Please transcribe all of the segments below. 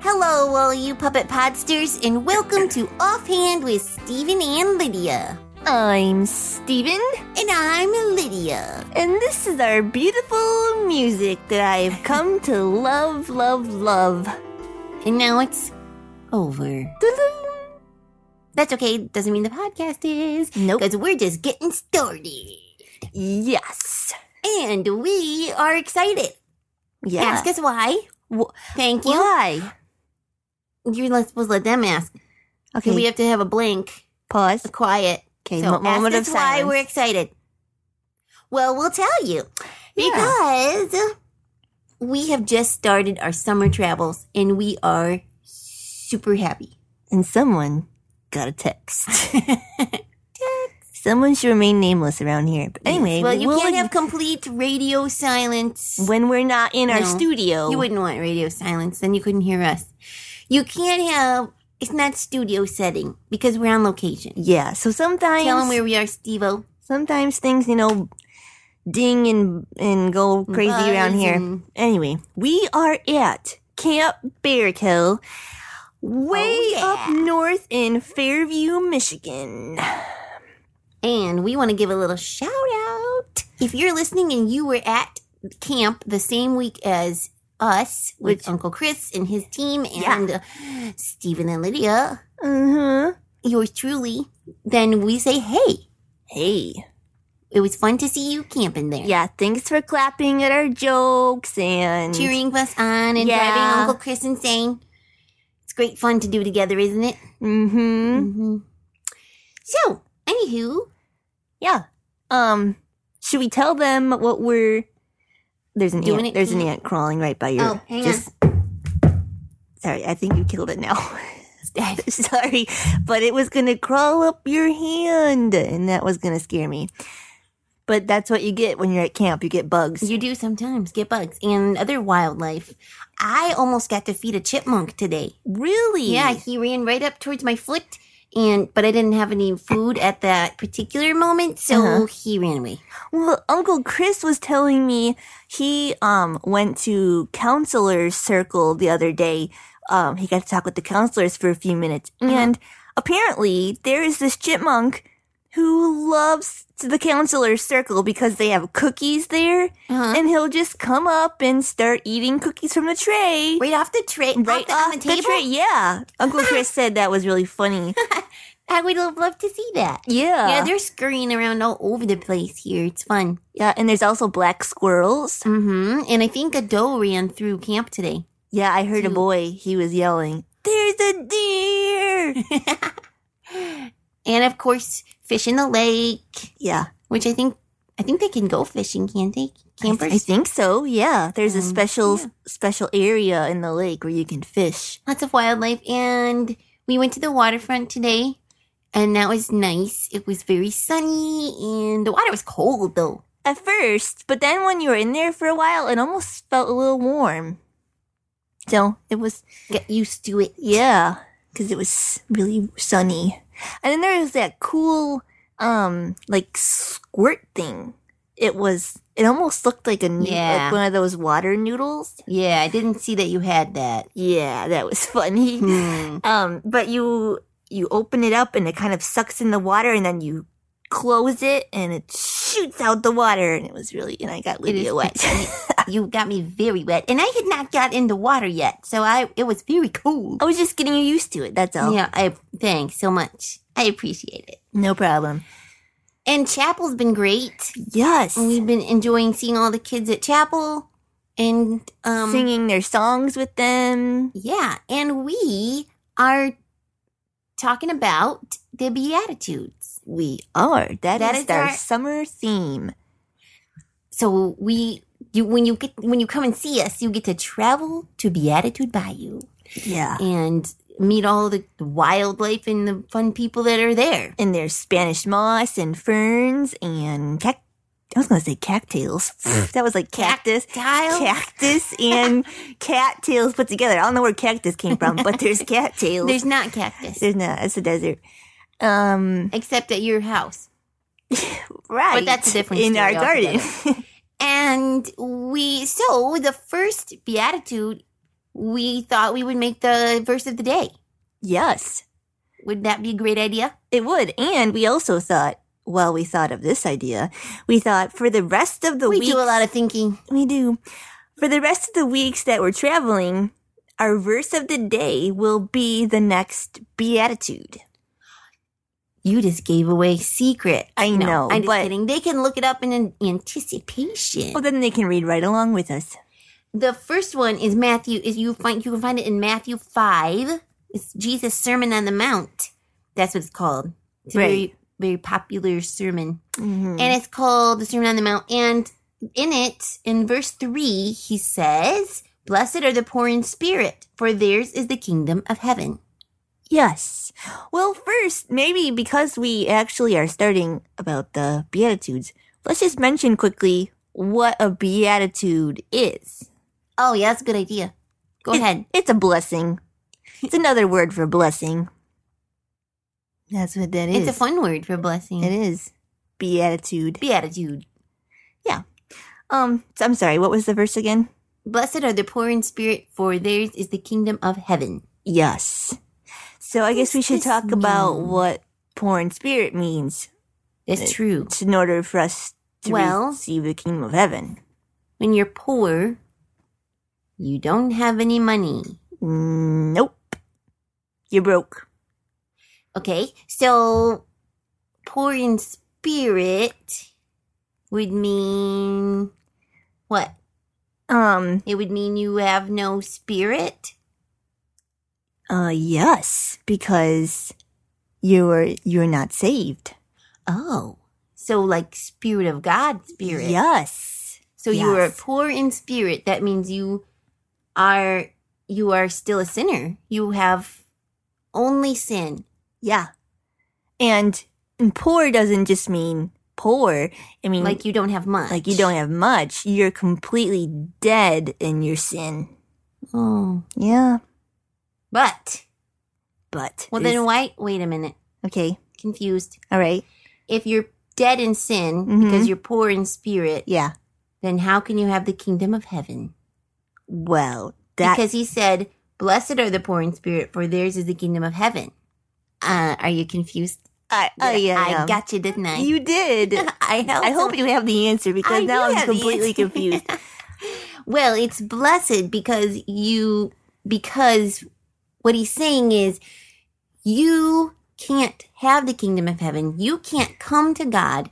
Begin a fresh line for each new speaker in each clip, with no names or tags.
Hello, all you puppet podsters, and welcome to Offhand with Stephen and Lydia.
I'm Steven,
And I'm Lydia.
and this is our beautiful music that I have come to love, love, love.
And now it's over. That's okay, doesn't mean the podcast is.
Nope.
Because we're just getting started.
Yes.
And we are excited.
Yeah.
Ask us why.
Wh-
Thank you.
why.
You're not supposed to let them ask. Okay, we have to have a blink,
pause.
a quiet.
Okay,
so
mo- moment
ask us
of
why
silence.
we're excited. Well, we'll tell you
Yeah.
because we have just started our summer travels and we are super happy.
And someone got a text. Someone should remain nameless around here. But anyway,
well, you
we'll-
can't have complete radio silence.
when we're not in our
No.
studio.
You wouldn't want radio silence, then you couldn't hear us. You can't have. It's not studio setting because we're on location.
Yeah. So sometimes
Tell them where we are, Stevo.
sometimes things, you know, ding and and go crazy
Buzz
around here.
and-
Anyway, we are at Camp Bearkill, way
Oh, yeah.
up north in Fairview, Michigan.
And we want to give a little shout out. If you're listening and you were at camp the same week as us with
Which-
Uncle Chris and his team and uh, Stephen and Lydia,
Uh huh.
yours truly, then we say, hey,
Hey.
it was fun to see you camping there.
Yeah, thanks for clapping at our jokes and
Cheering us on and
Yeah.
driving Uncle Chris insane. It's great fun to do together, isn't it?
Mm-hmm.
Mm-hmm. So, anywho,
Yeah. Um, should we tell them what we're there's an
Doing
ant.
it,
There's an
doing
ant crawling right by your.
Oh, hang on.
Sorry, I think you killed it now. Sorry, but it was gonna crawl up your hand, and that was gonna scare me. But that's what you get when you're at camp. You get bugs.
You do sometimes get bugs and other wildlife. I almost got to feed a chipmunk today.
really?
Yeah, he ran right up towards my foot, and but I didn't have any food at that particular moment, so
Uh-huh.
he ran away.
Well, Uncle Chris was telling me he um went to counselor's circle the other day. Um, he got to talk with the counselors for a few minutes,
Mm-hmm.
and apparently there is this chipmunk who loves the counselor's circle because they have cookies there,
Uh-huh.
and he'll just come up and start eating cookies from the tray.
Right off the tray, right off the, on the table.
tray, yeah. Uncle Chris said that was really funny.
I would have loved to see that.
Yeah,
yeah, they're scurrying around all over the place here. It's fun.
yeah. And there's also black squirrels.
hmm And I think a doe ran through camp today.
Yeah, I heard a
Dude.
boy. He was yelling, "There's a deer!"
And of course, fish in the lake,
yeah,
which I think I think they can go fishing, can't they?
I,
Campers.
I think so. Yeah, there's a
Um,
special
yeah.
special area in the lake where you can fish.
lots of wildlife and we went to the waterfront today and that was nice it was very sunny and the water was cold though
At first, but then when you were in there for a while, it almost felt a little warm. So it was
get used to it
yeah, because it was really sunny, and then there was that cool um like squirt thing. It was. It almost looked like a noo-
Yeah.
like one of those water noodles.
yeah i didn't see that you had that
Yeah, that was funny.
Hmm.
Um, but you you open it up and it kind of sucks in the water, and then you close it and it shoots out the water, and it was really and I got
It is
Lydia wet.
you got me very wet and i had not got in the water yet so i it was very cold
I was just getting you used to it. That's all.
yeah i thanks so much i appreciate it
no problem.
and chapel's been great
Yes,
we've been enjoying seeing all the kids at chapel and um
singing their songs with them.
Yeah, and we are talking about the Beatitudes.
We are.
That
that is,
is
our
our-
summer theme.
So we you when you get when you come and see us, you get to travel to Beatitude Bayou
Yeah,
and meet all the wildlife and the fun people that are there.
and there's Spanish moss and ferns and cac- I was gonna say cattails. that was like cactus.
Tile.
cactus and cattails put together. I don't know where cactus came from, but there's cattails.
There's not cactus
there's no, it's a desert. Um,
except at your house.
right.
that's a different
in
story
our garden.
And we so the first Beatitude we thought we would make the verse of the day.
Yes,
Wouldn't that be a great idea?
it would. And we also thought, well, we thought of this idea. We thought for the rest of the
we
week,
do a lot of thinking.
we do. For the rest of the weeks that we're traveling, our verse of the day will be the next beatitude.
You just gave away a secret.
I
No,
know,
I'm just
but
kidding. They can look it up in an- anticipation.
well, then they can read right along with us.
the first one is Matthew. Is you find you can find it in Matthew five. It's Jesus' Sermon on the Mount. That's what it's called. It's a
Right.
very very popular sermon.
Mhm.
and it's called the Sermon on the Mount. And in it, in verse three, he says, "Blessed are the poor in spirit, for theirs is the kingdom of heaven."
Yes. Well, first, maybe because we actually are starting about the Beatitudes, let's just mention quickly what a Beatitude is.
Oh, yeah, that's a good idea. Go
It-
ahead.
It's a blessing. It's another word for blessing. That's what that is.
It's a fun word for blessing.
it is. Beatitude.
Beatitude.
Um, so I'm sorry, what was the verse again?
Blessed are the poor in spirit, for theirs is the kingdom of heaven.
Yes. So I guess
does
we should
this
talk about
mean?
what poor in spirit means
That's true.
in order for us to
Well-
receive the kingdom of heaven.
When you're poor, you don't have any money.
Mm, Nope. You're broke.
Okay, so poor in spirit would mean what?
Um,
It would mean you have no spirit.
uh, yes, because you're, you're not saved.
Oh. So, like, spirit of God, spirit.
Yes.
So, you are
yes.
poor in spirit. That means you are you are still a sinner. You have only sin.
Yeah. And and poor doesn't just mean poor. I mean,
Like you don't have much.
Mm. like you don't have much. You're completely dead in your sin.
Oh.
Yeah.
But
But
well,
it's-
then why? Wait a minute.
okay.
Confused.
All right.
If you're dead in sin
Mhm.
because you're poor in spirit,
Yeah.
then how can you have the kingdom of heaven?
Well, that
because he said, "Blessed are the poor in spirit, for theirs is the kingdom of heaven." Uh, are you confused?
I, oh yeah,
I
yeah.
got you, didn't I?
you did.
I know.
I hope you have the answer because
I do
now I'm
have the
completely
answer.
confused.
Well, it's blessed because you because what he's saying is you can't have the kingdom of heaven. You can't come to God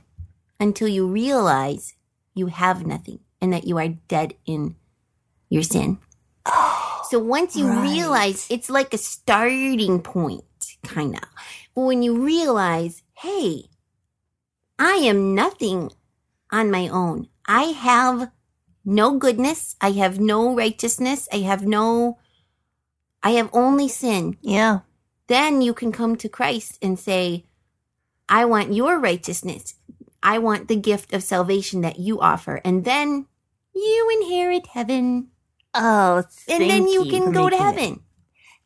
until you realize you have nothing and that you are dead in your sin. So once you
right.
realize it's like a starting point kind of. But when you realize, hey, I am nothing on my own. I have no goodness. I have no righteousness. I have no, I have only sin.
Yeah.
Then you can come to Christ and say, I want your righteousness. I want the gift of salvation that you offer. And then you inherit heaven.
Oh,
And
thank
then you,
you for
can go to
making it.
heaven.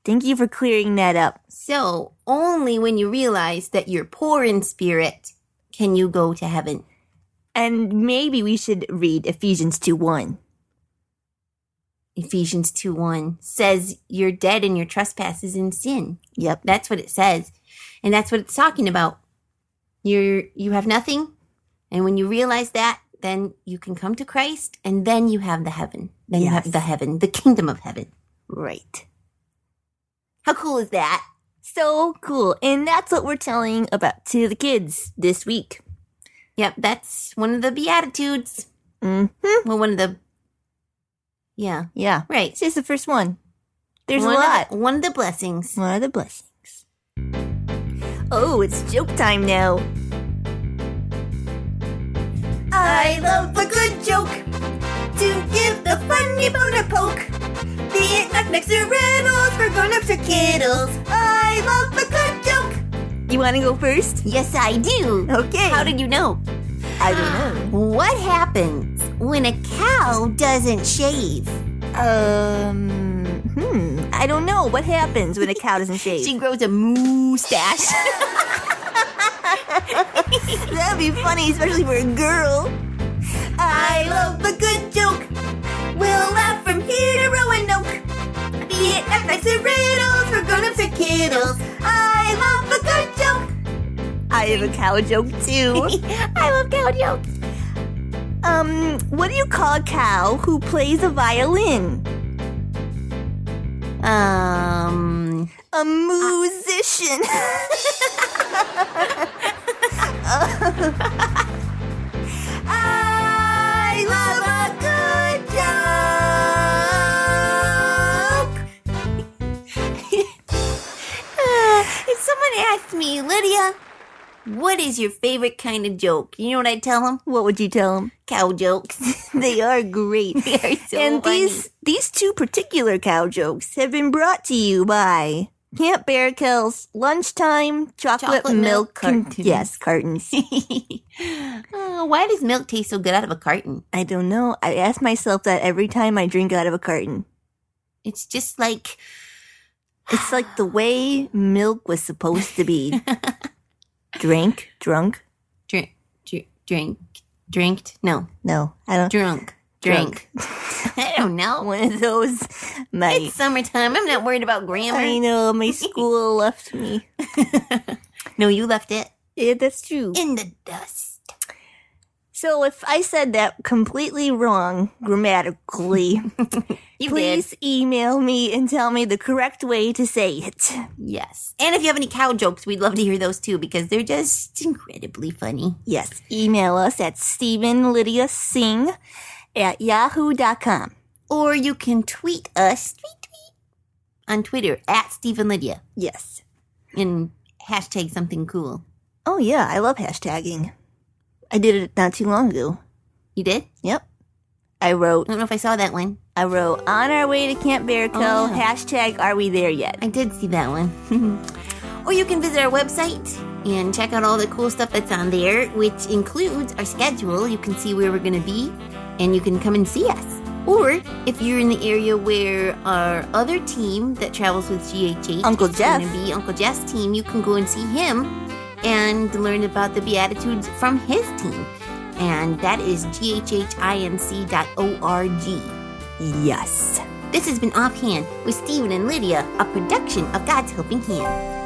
Thank you for clearing that up.
So only when you realize that you're poor in spirit can you go to heaven.
And maybe we should read Ephesians 2 1.
Ephesians 2 1 says you're dead in your trespasses and sin.
Yep.
That's what it says. And that's what it's talking about. You're you have nothing, and when you realize that, then you can come to Christ and then you have the heaven. Then you have
Yes.
the heaven, the kingdom of heaven.
Right.
How cool is that?
So cool. And that's what we're telling about to the kids this week.
Yep, that's one of the beatitudes.
Mm.
Well, one of the Yeah,
Yeah.
right.
It's just the first one. There's
one
a lot.
Of the, one of the blessings.
One of the blessings. Oh, it's joke time now. I love a good joke to give the funny bone a poke. Be it knickknacks or riddles for grown-ups or kiddles. I love a good joke. You want to go first?
Yes, I do.
Okay.
How did you know?
I don't
What happens when a cow doesn't shave?
know. Um, hmm. I don't know. What happens when a cow doesn't shave?
She grows a mustache.
That'd be funny, especially for a girl. I love a good joke. We'll laugh from here to Roanoke. I have a cow joke too.
I love cow jokes.
um, what do you call a cow who plays a violin?
Um,
A musician. I love a good joke.
if someone asked me, Lydia, what is your favorite kind of joke? You know what I tell them?
What would you tell them?
Cow jokes.
They are great.
They are so
and these these two particular cow jokes have been brought to you by Camp Bear Kill's lunchtime chocolate,
Chocolate
milk,
milk
cartons.
cartons.
yes cartons.
funny. Uh, why does milk taste so good out of a carton?
I don't know. I ask myself that every time I drink out of a carton.
It's just like
It's like the way milk was supposed to be. Drink, drunk.
drink, drink, drink, drinked. No,
No, I don't.
drunk, drink. I don't know.
One of those. My
It's summertime. I'm not worried about grammar.
I know my school left me.
no, you left it
Yeah, that's true.
in the dust.
So if I said that completely wrong grammatically,
You did.
please email me and tell me the correct way to say it.
Yes. And if you have any cow jokes, we'd love to hear those too because they're just incredibly funny.
Yes, email us at StephenLydiaSing at yahoo.com.
Or you can tweet us tweet, tweet, on Twitter at Stephen Lydia
Yes.
and hashtag something cool.
Oh yeah, I love hashtagging. I did it not too long ago.
You did?
Yep. I wrote
I don't know if I saw that one.
I wrote on our way to Camp Bear Co.
Oh, yeah.
hashtag are we there yet?
I did see that one. or you can visit our website and check out all the cool stuff that's on there, which includes our schedule. You can see where we're going to be and you can come and see us. Or if you're in the area where our other team that travels with GHH,
Uncle
is
Jeff.
going to be Uncle Jeff's team, you can go and see him and learn about the Beatitudes from his team. And that is ghhinc.org.
Yes.
This has been Offhand with Stephen and Lydia, a production of God's Helping Hand.